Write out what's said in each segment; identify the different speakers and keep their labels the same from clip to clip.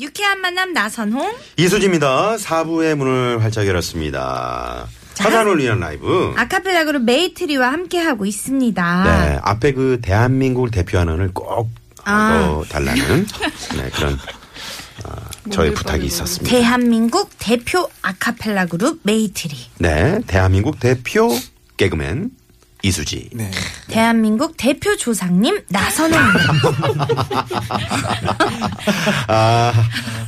Speaker 1: 유쾌한 만남 나선홍.
Speaker 2: 이수지입니다. 4부의 문을 활짝 열었습니다. 사단을 위한 라이브.
Speaker 1: 아카펠라 그룹 메이트리와 함께하고 있습니다.
Speaker 2: 네. 앞에 그 대한민국을 대표하는 꼭
Speaker 1: 아.
Speaker 2: 달라는 네, 그런 어, 저의 부탁이 있었습니다.
Speaker 1: 대한민국 대표 아카펠라 그룹 메이트리.
Speaker 2: 네. 대한민국 대표 개그맨 이수지.
Speaker 3: 네.
Speaker 1: 대한민국 대표 조상님 나선홍.
Speaker 2: 아,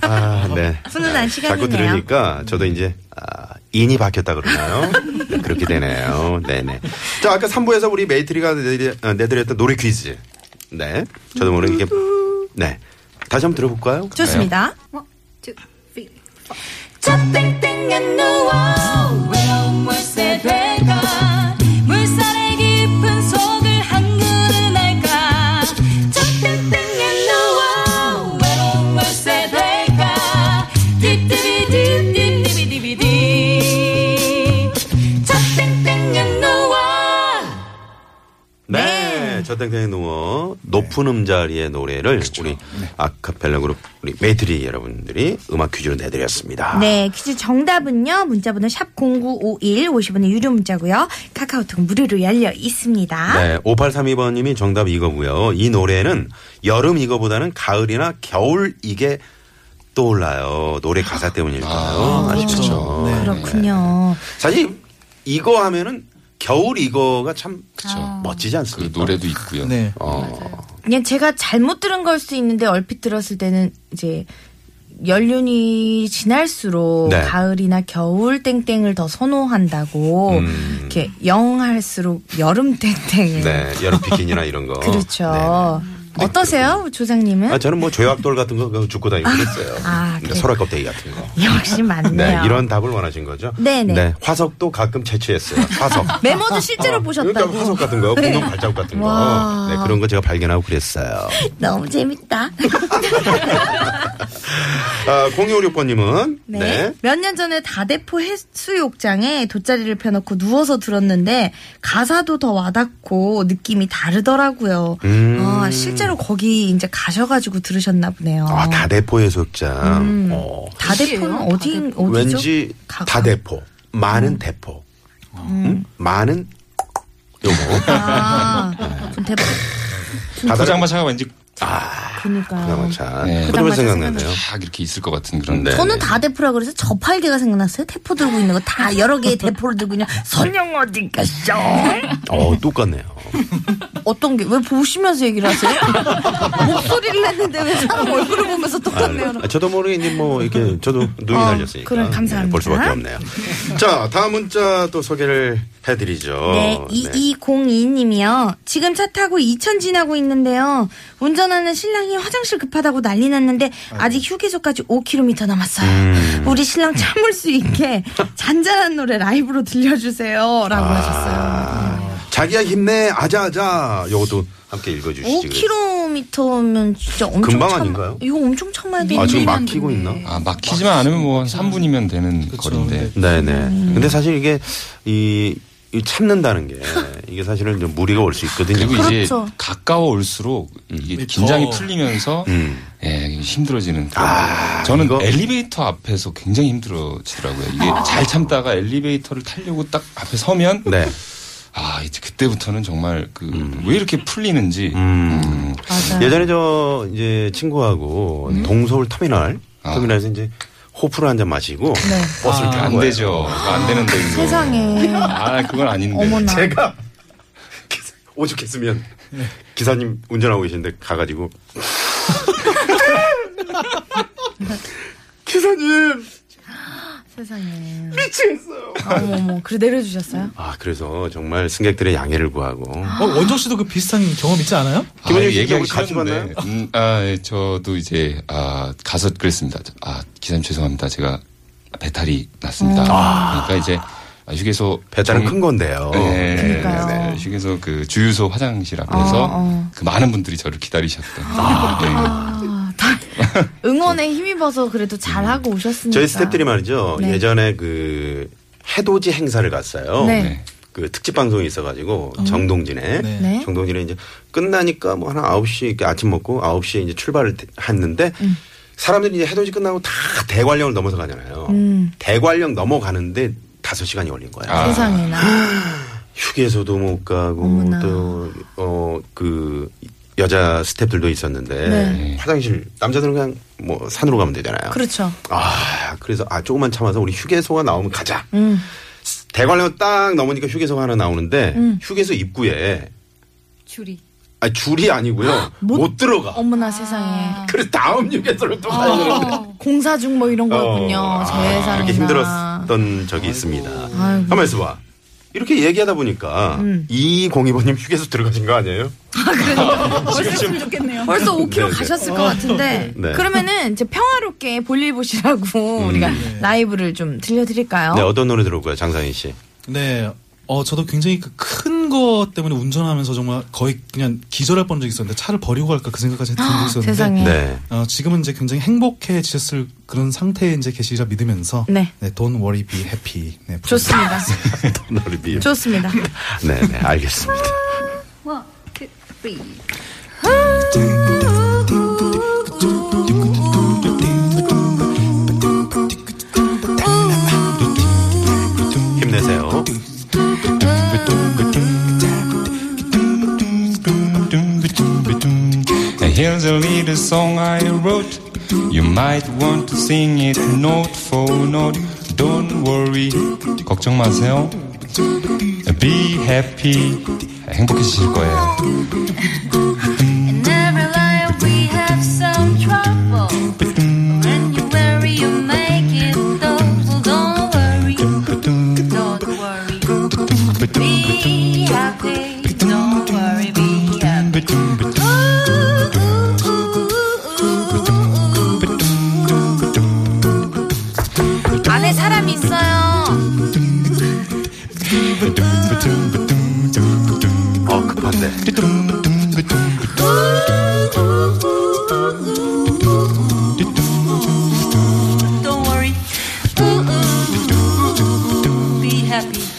Speaker 2: 아, 네.
Speaker 1: 훈훈한
Speaker 2: 자꾸
Speaker 1: 시간이네요.
Speaker 2: 들으니까 저도 이제 아, 인이 박혔다 그러나요? 네, 그렇게 되네요. 네네. 자, 아까 3부에서 우리 메이트리가 내드- 어, 내드렸던 노래 퀴즈. 네. 저도 모르게 이게 네. 다시 한번 들어볼까요?
Speaker 1: 네. 좋습니다.
Speaker 4: 저 땡땡한 어. 누워 외로운 월세 배가 물살에 깊은 속을 한그릇 날까 저 땡땡한 누워 외로운 월세 배가 띠띠비디띠띠비디비디 저 땡땡한 누워
Speaker 2: 네. 저 땡땡 누워 높은 음자리의 노래를 우리 아카펠라 그룹 우리 메이트리 여러분들이 음악 퀴즈로 내드렸습니다.
Speaker 1: 네, 퀴즈 정답은요. 문자번호 샵 0951, 50원의 유료 문자고요. 카카오톡 무료로 열려 있습니다.
Speaker 2: 네, 5832번님이 정답 이거고요. 이 노래는 여름 이거보다는 가을이나 겨울 이게 떠올라요. 노래 가사 때문일까요? 아, 쉽죠
Speaker 5: 그렇죠.
Speaker 1: 그렇군요.
Speaker 2: 사실 이거 하면은 겨울 이거가 참 아. 멋지지
Speaker 5: 그
Speaker 2: 않습니까?
Speaker 5: 노래도 있고요.
Speaker 3: 네.
Speaker 2: 어,
Speaker 1: 그냥 제가 잘못 들은 걸 수도 있는데 얼핏 들었을 때는 이제 연륜이 지날수록
Speaker 2: 네.
Speaker 1: 가을이나 겨울 땡땡을 더 선호한다고
Speaker 2: 음.
Speaker 1: 이렇게 영할수록 여름 땡땡을
Speaker 2: 네, 여름 비키니나 이런 거. 네.
Speaker 1: 그렇죠. 어떠세요, 조상님은?
Speaker 2: 아, 저는 뭐 조약돌 같은 거 그거 죽고 다니고 그랬어요.
Speaker 1: 아,
Speaker 2: 네,
Speaker 1: 그래요?
Speaker 2: 소라껍데기 같은 거.
Speaker 1: 역시
Speaker 2: 네,
Speaker 1: 맞네요.
Speaker 2: 이런 답을 원하신 거죠?
Speaker 1: 네네.
Speaker 2: 화석도 가끔 채취했어요. 화석.
Speaker 1: 메모도 실제로 보셨다고. 네.
Speaker 2: 그러니까 화석 같은 거, 공룡 발자국 같은 거.
Speaker 1: 와.
Speaker 2: 네, 그런 거 제가 발견하고 그랬어요.
Speaker 1: 너무 재밌다.
Speaker 2: 아, 0256번님은 네.
Speaker 1: 몇 년 전에 다대포 해수욕장에 돗자리를 펴놓고 누워서 들었는데 가사도 더 와닿고 느낌이 다르더라고요.
Speaker 2: 음.
Speaker 1: 아, 실제로 거기 이제 가셔가지고 들으셨나 보네요.
Speaker 2: 아, 다대포 해수욕장. 어.
Speaker 1: 다대포는 어디 어디죠?
Speaker 2: 왠지
Speaker 1: 음. 가-
Speaker 2: 다대포. 많은 대포. 음? 많은 요거.
Speaker 1: 아, 좀 대포.
Speaker 5: 포장마차가 왠지
Speaker 1: 그니까요.
Speaker 2: 포장마차.
Speaker 5: 네.
Speaker 2: 뭐 그러면 생각나네요.
Speaker 5: 쫙 이렇게 있을 것 같은 그런. 데
Speaker 2: 네.
Speaker 1: 저는 다대포라 그래서 저팔계가 생각났어요. 대포 들고 있는 거 다 여러 개의 대포를 들고 그냥 선영 어디 가셔?
Speaker 2: 어, 똑같네요.
Speaker 1: 어떤 게 왜 보시면서 얘기를 하세요? 목소리를 했는데 왜 사람 얼굴을 보면서
Speaker 2: 아,
Speaker 1: 똑같네요.
Speaker 2: 아, 저도 모르게 이제 뭐 이렇게 저도 눈이
Speaker 1: 어,
Speaker 2: 날렸으니까 네,
Speaker 1: 그럼 감사합니다.
Speaker 2: 볼 수밖에 없네요. 자 다음 문자 또 소개를 해드리죠.
Speaker 1: 네, 2202님이요. 지금 차 타고 이천 지나고 있는데요. 운전하는 신랑이 화장실 급하다고 난리 났는데 아직 휴게소까지 5km 남았어요.
Speaker 2: 음.
Speaker 1: 우리 신랑 참을 수 있게 잔잔한 노래 라이브로 들려주세요. 라고
Speaker 2: 아,
Speaker 1: 하셨어요.
Speaker 2: 자기야 힘내 아자아자 요것도 함께 읽어주시죠.
Speaker 1: 5km면 진짜 엄청
Speaker 2: 금방
Speaker 1: 참-
Speaker 2: 아닌가요?
Speaker 1: 이거 엄청 참아야 되는
Speaker 2: 아 지금 막히고 있나?
Speaker 5: 아, 막히지만 않으면 뭐 3분이면 되는 거리인데.
Speaker 2: 네네.
Speaker 1: 음.
Speaker 2: 근데 사실 이게 이, 이 참는다는 게 이게 사실은 좀 무리가 올 수 있거든요.
Speaker 5: 그리고
Speaker 1: 그렇죠.
Speaker 5: 이제 가까워 올수록 이게 긴장이 풀리면서
Speaker 2: 음.
Speaker 5: 예, 힘들어지는. 그런 저는 아, 엘리베이터 앞에서 굉장히 힘들어지더라고요. 이게 잘 참다가 엘리베이터를 타려고 딱 앞에 서면
Speaker 2: 네.
Speaker 5: 아 이제 그때부터는 정말 그 왜 이렇게 풀리는지.
Speaker 2: 음. 예전에 저 이제 친구하고
Speaker 1: 음?
Speaker 2: 동서울 터미널
Speaker 5: 아.
Speaker 2: 터미널에서 이제 호프를 한 잔 마시고
Speaker 1: 네.
Speaker 2: 버스를
Speaker 5: 아,
Speaker 2: 타고
Speaker 5: 안 되죠. 안 되는데 이거.
Speaker 1: 아, 세상에.
Speaker 5: 아 그건 아닌데.
Speaker 1: 어머나.
Speaker 2: 제가 기사- 오죽했으면
Speaker 5: 네.
Speaker 2: 기사님 운전하고 계시는데 가가지고 기사님
Speaker 1: 세상에.
Speaker 2: 미치겠어요.
Speaker 1: 어머머. 그래 내려주셨어요?
Speaker 2: 아 그래서 정말 승객들의 양해를 구하고
Speaker 3: 어, 원정 씨도 그 비슷한 경험 있지 않아요?
Speaker 2: 김은영
Speaker 5: 이거
Speaker 2: 씨
Speaker 5: 얘기하기
Speaker 2: 같이
Speaker 5: 싫었는데. 음, 아, 예, 저도 이제 아, 가서 그랬습니다. 아, 기사님 죄송합니다. 제가 배탈이 났습니다.
Speaker 1: 음.
Speaker 5: 그러니까 이제 휴게소
Speaker 2: 배달은
Speaker 5: 정-
Speaker 2: 큰 건데요.
Speaker 5: 네, 네,
Speaker 1: 아. 어, 그러니까요.
Speaker 5: 네, 네. 휴게소 그 주유소 화장실 앞에서
Speaker 1: 어, 어.
Speaker 5: 그 많은 분들이 저를 기다리셨던. 네.
Speaker 1: 아, 다 응원에 힘입어서 그래도 잘하고 오셨으니까.
Speaker 2: 저희 스탭들이 말이죠.
Speaker 1: 네.
Speaker 2: 예전에 그 해돋이 행사를 갔어요.
Speaker 1: 네.
Speaker 5: 네.
Speaker 2: 그 특집 방송이 있어가지고 정동진에
Speaker 3: 네.
Speaker 1: 네.
Speaker 2: 정동진에 이제 끝나니까 뭐 하나 9시 이렇게 아침 먹고 9시에 이제 출발을 했는데
Speaker 1: 음.
Speaker 2: 사람들이 이제 해돋이 끝나고 다 대관령을 넘어서 가잖아요.
Speaker 1: 음.
Speaker 2: 대관령 넘어가는데 5시간이 걸린 거예요.
Speaker 5: 아.
Speaker 1: 세상에나.
Speaker 2: 휴게소도 못 가고
Speaker 1: 어머나.
Speaker 2: 또어그 여자 스탭들도 있었는데
Speaker 1: 네.
Speaker 2: 화장실 남자들은 그냥 뭐 산으로 가면 되잖아요.
Speaker 1: 그렇죠.
Speaker 2: 아 그래서 아 조금만 참아서 우리 휴게소가 나오면 가자.
Speaker 1: 음.
Speaker 2: 대관령 딱 넘으니까 휴게소가 하나 나오는데
Speaker 1: 음.
Speaker 2: 휴게소 입구에
Speaker 4: 줄이
Speaker 2: 아 줄이 아니고요 못, 들어가.
Speaker 1: 어머나 세상에.
Speaker 2: 그래서 다음 휴게소로 또 가야 되는데.
Speaker 1: 공사 중 뭐 이런 거였군요.
Speaker 2: 어,
Speaker 1: 제
Speaker 2: 아,
Speaker 1: 회사에.
Speaker 2: 이렇게 힘들었던 적이 있습니다.
Speaker 1: 아이고. 음.
Speaker 2: 한번 있어봐. 이렇게 얘기하다 보니까 2202번님 휴게소 들어가신 거 아니에요?
Speaker 1: 벌써 5km
Speaker 2: 네, 네.
Speaker 1: 가셨을 것 같은데.
Speaker 2: 네. 음.
Speaker 1: 그러면은 이제 평화롭게 볼일 보시라고 우리가 라이브를 좀 들려드릴까요?
Speaker 2: 네, 어떤 노래 들어볼까요, 장상희 씨?
Speaker 3: 네. 어, 저도 굉장히 큰 거 때문에 운전하면서 정말 거의 그냥 기절할 뻔한 적이 있었는데 차를 버리고 갈까 그 생각까지 들고 있었는데
Speaker 1: 세상에.
Speaker 2: 네.
Speaker 3: 어, 지금은 이제 굉장히 행복해지셨을 그런 상태에 이제 계시라 믿으면서
Speaker 1: 네.
Speaker 3: Don't worry, be happy. 네, 부르겠습니다.
Speaker 1: 좋습니다.
Speaker 2: 노래 비유.
Speaker 1: 좋습니다.
Speaker 2: 네, 네, 알겠습니다. 힘내세요.
Speaker 5: And here's a little song I wrote. You might want to sing it note for note. Don't worry. 걱정 마세요. Be happy. 행복해지실 거예요.
Speaker 4: In every life we have some trouble. When you worry, you make it though. So don't worry, don't worry. Be happy, don't worry, be happy.
Speaker 1: 안에 사람이 있어요.
Speaker 2: 어, 급한데.
Speaker 4: Don't worry. Be happy.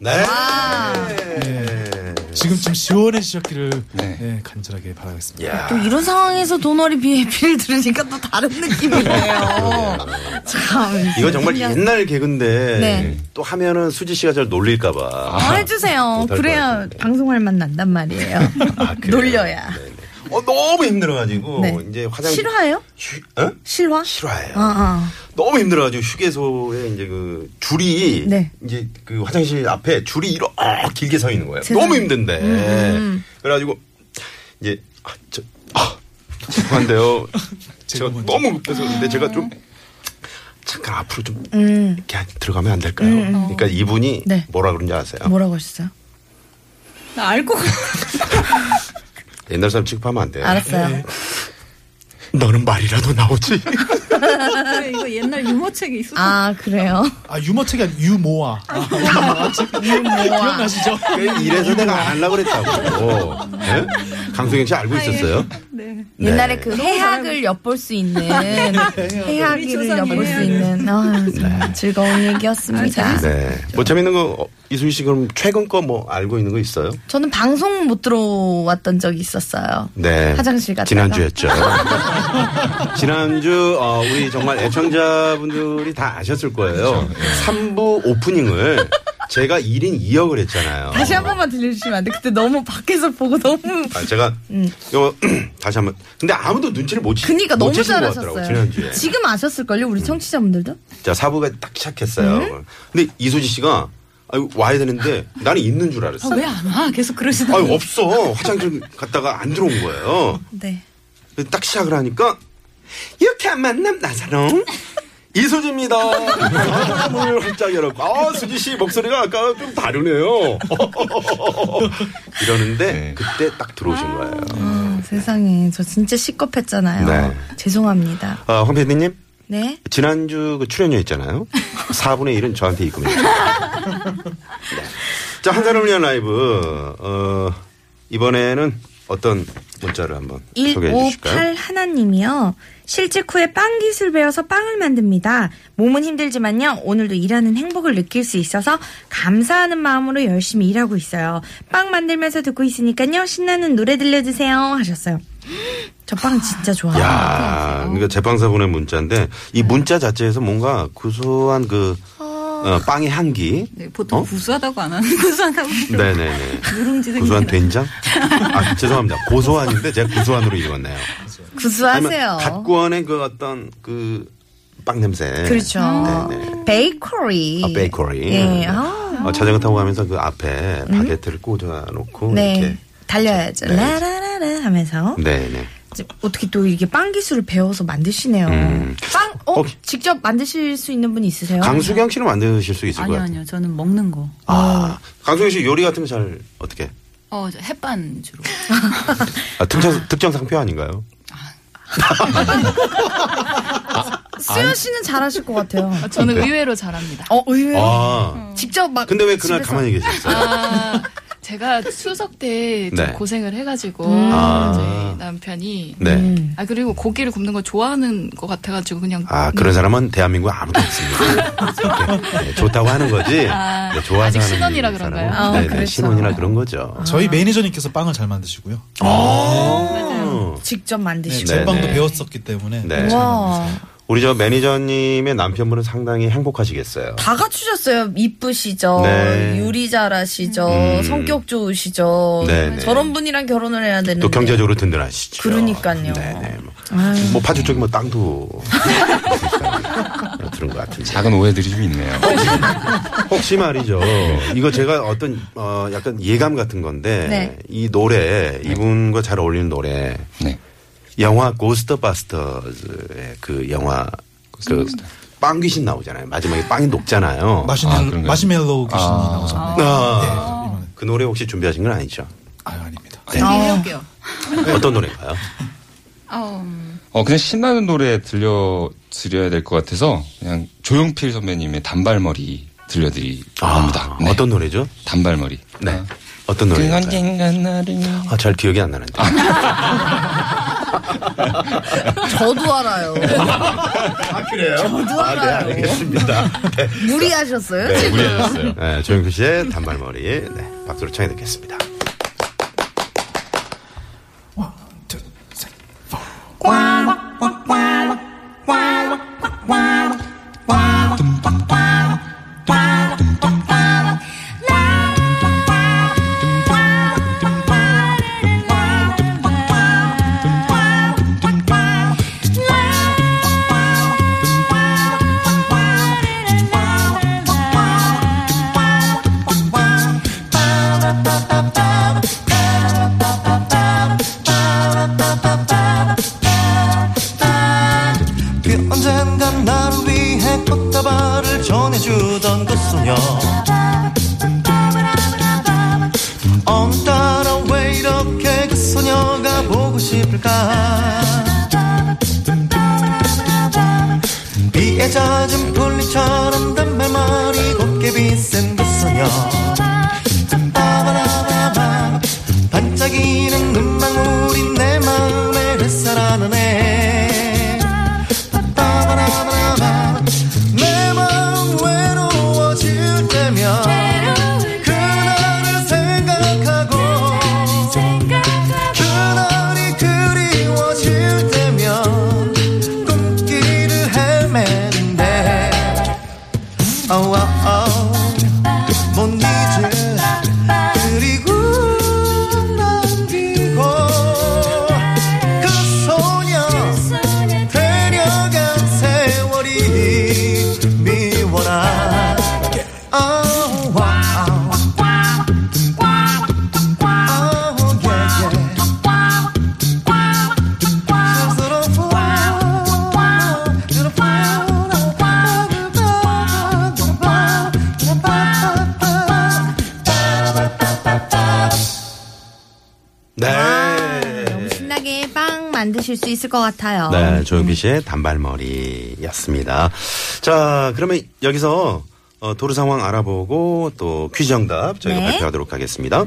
Speaker 1: 나가요.
Speaker 2: 네.
Speaker 3: 지금쯤 시원해지셨기를
Speaker 5: 네.
Speaker 3: 네, 간절하게 바라겠습니다.
Speaker 2: 야.
Speaker 1: 또 이런 상황에서 돈월이 비해피를 들으니까 또 다른 느낌이네요. 참.
Speaker 2: 이거 정말 옛날 개그인데
Speaker 1: 아. 네.
Speaker 2: 또 하면은 수지 씨가 잘 놀릴까 봐.
Speaker 1: 어, 해주세요.
Speaker 2: 못할 뭐 것
Speaker 1: 그래야
Speaker 2: 같은데.
Speaker 1: 방송할 맛 난단 말이에요.
Speaker 2: 아, 그래요?
Speaker 1: 놀려야.
Speaker 2: 네네. 어, 너무 힘들어가지고
Speaker 1: 네.
Speaker 2: 이제 화장
Speaker 1: 실화예요?
Speaker 2: 휴, 어?
Speaker 1: 실화?
Speaker 2: 실화예요.
Speaker 1: 어, 어.
Speaker 2: 너무 힘들어가지고 휴게소에 이제 그 줄이
Speaker 1: 네.
Speaker 2: 이제 그 화장실 앞에 줄이 이렇게 길게 서 있는 거예요.
Speaker 1: 세상에.
Speaker 2: 너무
Speaker 1: 음,
Speaker 2: 힘든데. 그래가지고 이제 아, 저, 아, 죄송한데요. 제가
Speaker 3: 제가 먼저.
Speaker 2: 너무 급해서 근데 제가 좀 잠깐 앞으로 좀
Speaker 1: 음.
Speaker 2: 이렇게 들어가면 안 될까요? 그러니까 이분이
Speaker 1: 네.
Speaker 2: 뭐라 그런지 아세요?
Speaker 1: 뭐라고 하셨어요?
Speaker 4: 나 알고
Speaker 2: 옛날 사람 취급하면 안 돼요.
Speaker 1: 알았어요.
Speaker 2: 너는 말이라도 나오지.
Speaker 4: 그래 이거 옛날 유모책에 있었어.
Speaker 1: 아, 그래요?
Speaker 3: 아, 유머책이 아니라 유모아. 아, 유모아. 네, 기억나시죠?
Speaker 2: 이래서 내가 안 하려고
Speaker 1: 음.
Speaker 2: 그랬다고. 네? 강수경 씨 알고 있었어요?
Speaker 4: 네.
Speaker 2: 네.
Speaker 1: 아, 예. 옛날에 그 해학을 엿볼 수 있는 해학을 엿볼 수 있는 아, 정말 즐거운 얘기였습니다.
Speaker 2: 네. 뭐 재밌는 거 어, 이수희 씨 그럼 최근 거 뭐 알고 있는 거 있어요?
Speaker 1: 저는 방송 못 들어왔던 적이 있었어요.
Speaker 2: 네.
Speaker 1: 화장실 갔다가
Speaker 2: 지난주였죠. 지난주 어, 우리 정말 애청자분들이 다 아셨을
Speaker 1: 그렇죠.
Speaker 2: 거예요. 삼부 오프닝을 제가 1인 2역을 했잖아요.
Speaker 1: 다시 한 번만 들려주시면 안 돼? 그때 너무 밖에서 보고 너무
Speaker 2: 아, 제가 이거 다시 한번 근데 아무도 눈치를 못 치.
Speaker 1: 음. 그니까
Speaker 2: 못
Speaker 1: 너무
Speaker 2: 채신 것 같더라고요,
Speaker 1: 잘하셨어요.
Speaker 2: 지난주에.
Speaker 1: 지금 아셨을걸요, 우리 청취자분들도?
Speaker 4: 어,
Speaker 2: 자, 사부가 딱 시작했어요.
Speaker 1: 음?
Speaker 2: 근데 이수지 씨가 아유, 와야 되는데 나는 있는 줄
Speaker 1: 아,
Speaker 2: 알았어.
Speaker 4: 왜 안 와? 계속 그러시다.
Speaker 2: 아유, 없어. 화장실 갔다가 안 들어온 거예요.
Speaker 1: 네.
Speaker 2: 딱 시작을 하니까 유쾌한 만남 나사롱 이수지입니다. 아, 문을 활짝 열었고 아 수지 씨 목소리가 아까 좀 다르네요. 이러는데
Speaker 5: 네.
Speaker 2: 그때 딱 들어오신 거예요.
Speaker 1: 세상에 저 진짜 식겁했잖아요.
Speaker 2: 네.
Speaker 1: 죄송합니다.
Speaker 2: 어, 황 PD님
Speaker 1: 네.
Speaker 2: 지난주 그 출연료 있잖아요. 4분의 1은 저한테 입금해 주세요. 네. 자, 한 사람을 위한 라이브. 어, 이번에는 어떤 문자를 한번 소개해 주실까요?
Speaker 1: 158 하나님이요. 실직 후에 빵 기술 배워서 빵을 만듭니다. 몸은 힘들지만요. 오늘도 일하는 행복을 느낄 수 있어서 감사하는 마음으로 열심히 일하고 있어요. 빵 만들면서 듣고 있으니까요. 신나는 노래 들려주세요. 하셨어요. 저 빵 진짜 좋아요.
Speaker 2: 야, 그러니까 제빵사분의 문자인데 이 문자 자체에서 뭔가 구수한 그 어, 빵의 향기.
Speaker 6: 네, 보통
Speaker 2: 어?
Speaker 6: 구수하다고 안 하는 구수하다고
Speaker 2: 네네네.
Speaker 6: 누룽지
Speaker 2: 구수한
Speaker 6: 생기라.
Speaker 2: 된장? 아, 죄송합니다. 고소한인데 제가 구수한으로 읽었네요.
Speaker 1: 구수하세요.
Speaker 2: 갓구원의 그 어떤 그 빵 냄새.
Speaker 1: 그렇죠.
Speaker 2: 네네.
Speaker 1: 베이커리.
Speaker 2: 아, 베이커리.
Speaker 1: 예. 아.
Speaker 2: 어, 자전거 타고 가면서 그 앞에 바게트를 꽂아놓고
Speaker 1: 네.
Speaker 2: 이렇게.
Speaker 1: 달려야죠.
Speaker 2: 네.
Speaker 1: 라라라라 하면서.
Speaker 2: 네네.
Speaker 1: 이제 어떻게 또 이렇게 빵 기술을 배워서 만드시네요.
Speaker 2: 음.
Speaker 1: 빵, 어,
Speaker 2: 어,
Speaker 1: 직접 만드실 수 있는 분 있으세요?
Speaker 2: 강수경 씨는 만드실 수 있을 것
Speaker 6: 아니요
Speaker 2: 같아요.
Speaker 6: 아니요 저는 먹는 거.
Speaker 2: 아, 강수경 씨 요리 같은 거 잘 어떻게?
Speaker 6: 어, 저 햇반 주로.
Speaker 2: 아, 특정, 특정 상표 아닌가요? 아.
Speaker 1: 수현 씨는 잘하실 것 같아요.
Speaker 6: 저는
Speaker 2: 그래요?
Speaker 6: 의외로 잘합니다.
Speaker 1: 어, 의외로.
Speaker 2: 아,
Speaker 1: 직접 막.
Speaker 2: 근데 왜 그날
Speaker 1: 집에서-
Speaker 2: 가만히 계셨어요?
Speaker 7: 아, 제가 추석 때 좀
Speaker 2: 네.
Speaker 7: 고생을 해가지고
Speaker 2: 아.
Speaker 7: 저희 남편이
Speaker 2: 네.
Speaker 7: 아 그리고 고기를 굽는 거 좋아하는 것 같아가지고 그냥
Speaker 2: 아, 그런 사람은 대한민국에 아무도 없습니다. 네, 네, 좋다고 하는 거지. 네, 좋아서
Speaker 7: 아직
Speaker 2: 하는
Speaker 7: 신혼이라
Speaker 2: 사람은-
Speaker 7: 그런가요?
Speaker 1: 아,
Speaker 2: 네네,
Speaker 1: 그래서.
Speaker 2: 신혼이라 그런 거죠.
Speaker 3: 저희 매니저님께서 빵을 잘 만드시고요.
Speaker 2: 어.
Speaker 1: 직접 만드시고.
Speaker 2: 네,
Speaker 3: 제빵도
Speaker 2: 네.
Speaker 3: 배웠었기 때문에
Speaker 2: 네.
Speaker 1: 와.
Speaker 2: 우리 저 매니저님의 남편분은 상당히 행복하시겠어요.
Speaker 1: 다 갖추셨어요. 이쁘시죠.
Speaker 2: 네.
Speaker 1: 요리 잘하시죠.
Speaker 2: 음.
Speaker 1: 성격 좋으시죠.
Speaker 2: 네, 네.
Speaker 1: 저런 분이랑 결혼을 해야 되는데.
Speaker 2: 또 경제적으로 든든하시죠.
Speaker 1: 네. 그러니까요.
Speaker 2: 네네. 뭐, 뭐 파주 쪽에 뭐 땅도 들은 것 같은데.
Speaker 5: 작은 오해들이 좀 있네요.
Speaker 2: 혹시 말이죠. 이거 제가 어떤 어 약간 예감 같은 건데
Speaker 1: 네.
Speaker 2: 이 노래 이분과 잘 어울리는 노래
Speaker 5: 네.
Speaker 2: 영화 고스트바스터즈의 그 영화 그빵 귀신 나오잖아요. 마지막에 빵이 녹잖아요.
Speaker 5: 아,
Speaker 3: 마시멜로,
Speaker 5: 그런가요?
Speaker 3: 마시멜로 귀신이
Speaker 5: 아.
Speaker 3: 나오셨네요.
Speaker 2: 아.
Speaker 5: 네.
Speaker 2: 그 노래 혹시 준비하신 건 아니죠?
Speaker 3: 아유 아닙니다.
Speaker 6: 아니, 해볼게요.
Speaker 5: 네.
Speaker 2: 어떤 노래인가요?
Speaker 6: 아, 음,
Speaker 5: 어, 그냥 신나는 노래 들려드려야 될 것 같아서 그냥 조용필 선배님의 단발머리 들려드리려고
Speaker 3: 아,
Speaker 5: 합니다. 네.
Speaker 2: 아, 어떤 노래죠?
Speaker 5: 단발머리.
Speaker 2: 네.
Speaker 5: 아,
Speaker 2: 어떤
Speaker 5: 그
Speaker 2: 노래인가요?
Speaker 5: 언젠가 나를
Speaker 2: 아, 잘 기억이 안 나는데.
Speaker 1: 저도 알아요.
Speaker 2: 아, 그래요? 저도 아, 네, 알겠습니다. 네.
Speaker 1: 무리하셨어요?
Speaker 2: 네.
Speaker 5: 무리하셨어요.
Speaker 2: 네, 조영필 씨의 단발머리. 네, 박수로 청해 듣겠습니다.
Speaker 8: 그 언젠가 나를 위해 꽃다발을 전해주던 그 소녀 오늘따라 왜 이렇게 그 소녀가 보고 싶을까 비에 젖은 풀리처럼 단발머리 곱게 빗은 그 소녀 빠바라바밤 반짝이는 눈망울이 내 마음에 햇살하네 빠바라바밤 내 마음 외로워질 때면 그날을 생각하고 그날이 그리워질 그
Speaker 2: 네. 아.
Speaker 1: 하실 수 있을 것 같아요.
Speaker 2: 네, 조용필 씨의 단발머리였습니다. 자, 그러면 여기서 어, 도로 상황 알아보고 또 퀴즈 정답 저희가
Speaker 1: 네.
Speaker 2: 발표하도록 하겠습니다.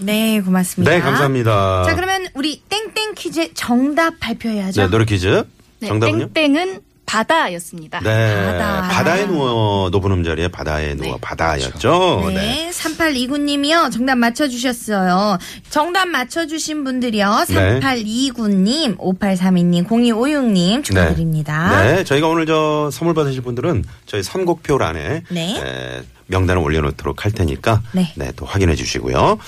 Speaker 1: 네, 고맙습니다.
Speaker 2: 네, 감사합니다.
Speaker 1: 자, 그러면 우리 땡땡 퀴즈 정답 발표해야죠.
Speaker 2: 네, 노래 퀴즈
Speaker 7: 네,
Speaker 2: 정답은요?
Speaker 7: 땡땡은 바다였습니다.
Speaker 2: 네,
Speaker 1: 바다.
Speaker 2: 바다. 에 누워 높은 음자리에 바다에 누워 바다였죠. 네.
Speaker 1: 네, 3829님이요. 정답 맞춰주셨어요. 정답 맞춰주신 분들이요.
Speaker 2: 네.
Speaker 1: 3829님, 5832님, 0256님
Speaker 6: 아.
Speaker 1: 축하드립니다.
Speaker 2: 네, 저희가 오늘 저 선물 받으실 분들은 저희 선곡표란에
Speaker 1: 네.
Speaker 2: 에, 명단을 올려놓도록 할 테니까
Speaker 1: 네.
Speaker 2: 또 확인해 주시고요.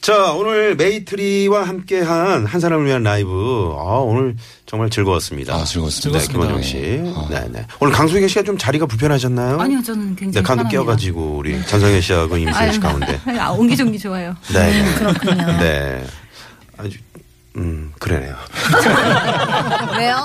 Speaker 2: 자, 오늘 메이트리와 함께한 한 사람을 위한 라이브. 아, 오늘 정말 즐거웠습니다.
Speaker 5: 아, 즐거웠습니다.
Speaker 2: 네, 김원정 씨.
Speaker 5: 아.
Speaker 2: 네, 네. 오늘 강수경 씨가 좀 자리가 불편하셨나요?
Speaker 6: 아니요,
Speaker 2: 네,
Speaker 6: 저는 굉장히
Speaker 2: 간도
Speaker 6: 편합니다. 네.
Speaker 2: 끼어가지고 우리 전성현 씨하고 임수현 씨 가운데.
Speaker 6: 아, 옹기종기 좋아요.
Speaker 2: 네, 네.
Speaker 1: 그렇군요.
Speaker 2: 네. 아주, 음, 그러네요.
Speaker 1: 왜요?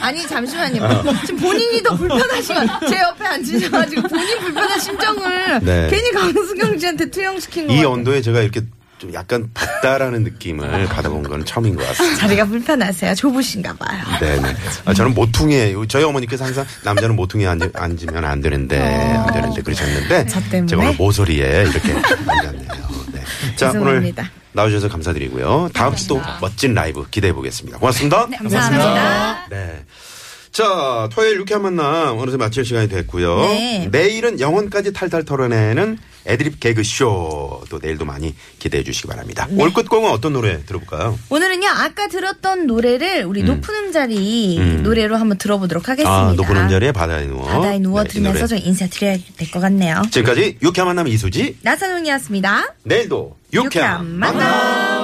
Speaker 1: 아니, 잠시만요.
Speaker 2: 어.
Speaker 1: 지금 본인이 더 불편하시면 제 옆에 앉으셔가지고 본인 불편한 심정을
Speaker 2: 네.
Speaker 1: 괜히 강수경 씨한테 투영시킨 거
Speaker 2: 이
Speaker 1: 같아요.
Speaker 2: 온도에 제가 이렇게 좀 약간 덥다라는 느낌을 받아본 건 처음인 것 같습니다.
Speaker 1: 자리가 불편하세요. 좁으신가 봐요.
Speaker 2: 네네. 아, 저는 모퉁이에 저희 어머니께서 항상 남자는 모퉁이에 앉, 앉으면 안 되는데 안 되는데 그러셨는데
Speaker 1: 어. 저 때문에?
Speaker 2: 제가 오늘 모서리에 이렇게 앉았네요. 네. 자
Speaker 1: 죄송합니다.
Speaker 2: 오늘 나오셔서 감사드리고요. 다음 주 또 멋진 라이브 기대해 보겠습니다. 고맙습니다. 네.
Speaker 1: 감사합니다.
Speaker 2: 자 토요일 유쾌한 만남 어느새 마칠 시간이 됐고요.
Speaker 1: 네.
Speaker 2: 내일은 영혼까지 탈탈 털어내는 애드립 개그 쇼또 내일도 많이 기대해 주시기 바랍니다.
Speaker 1: 네.
Speaker 2: 올 끝곡은 어떤 노래 들어볼까요?
Speaker 1: 오늘은요, 아까 들었던 노래를 우리 높은 음자리
Speaker 2: 음.
Speaker 1: 노래로 한번 들어보도록 하겠습니다.
Speaker 2: 아 높은 음자리에 바다에 누워
Speaker 1: 바다에 누워
Speaker 2: 네, 이 노래.
Speaker 1: 들으면서 저 인사드려야 될 것 같네요.
Speaker 2: 지금까지 유쾌한 만남 이수지
Speaker 1: 나선홍이었습니다.
Speaker 2: 내일도 유쾌한
Speaker 1: 유쾌한
Speaker 2: 만남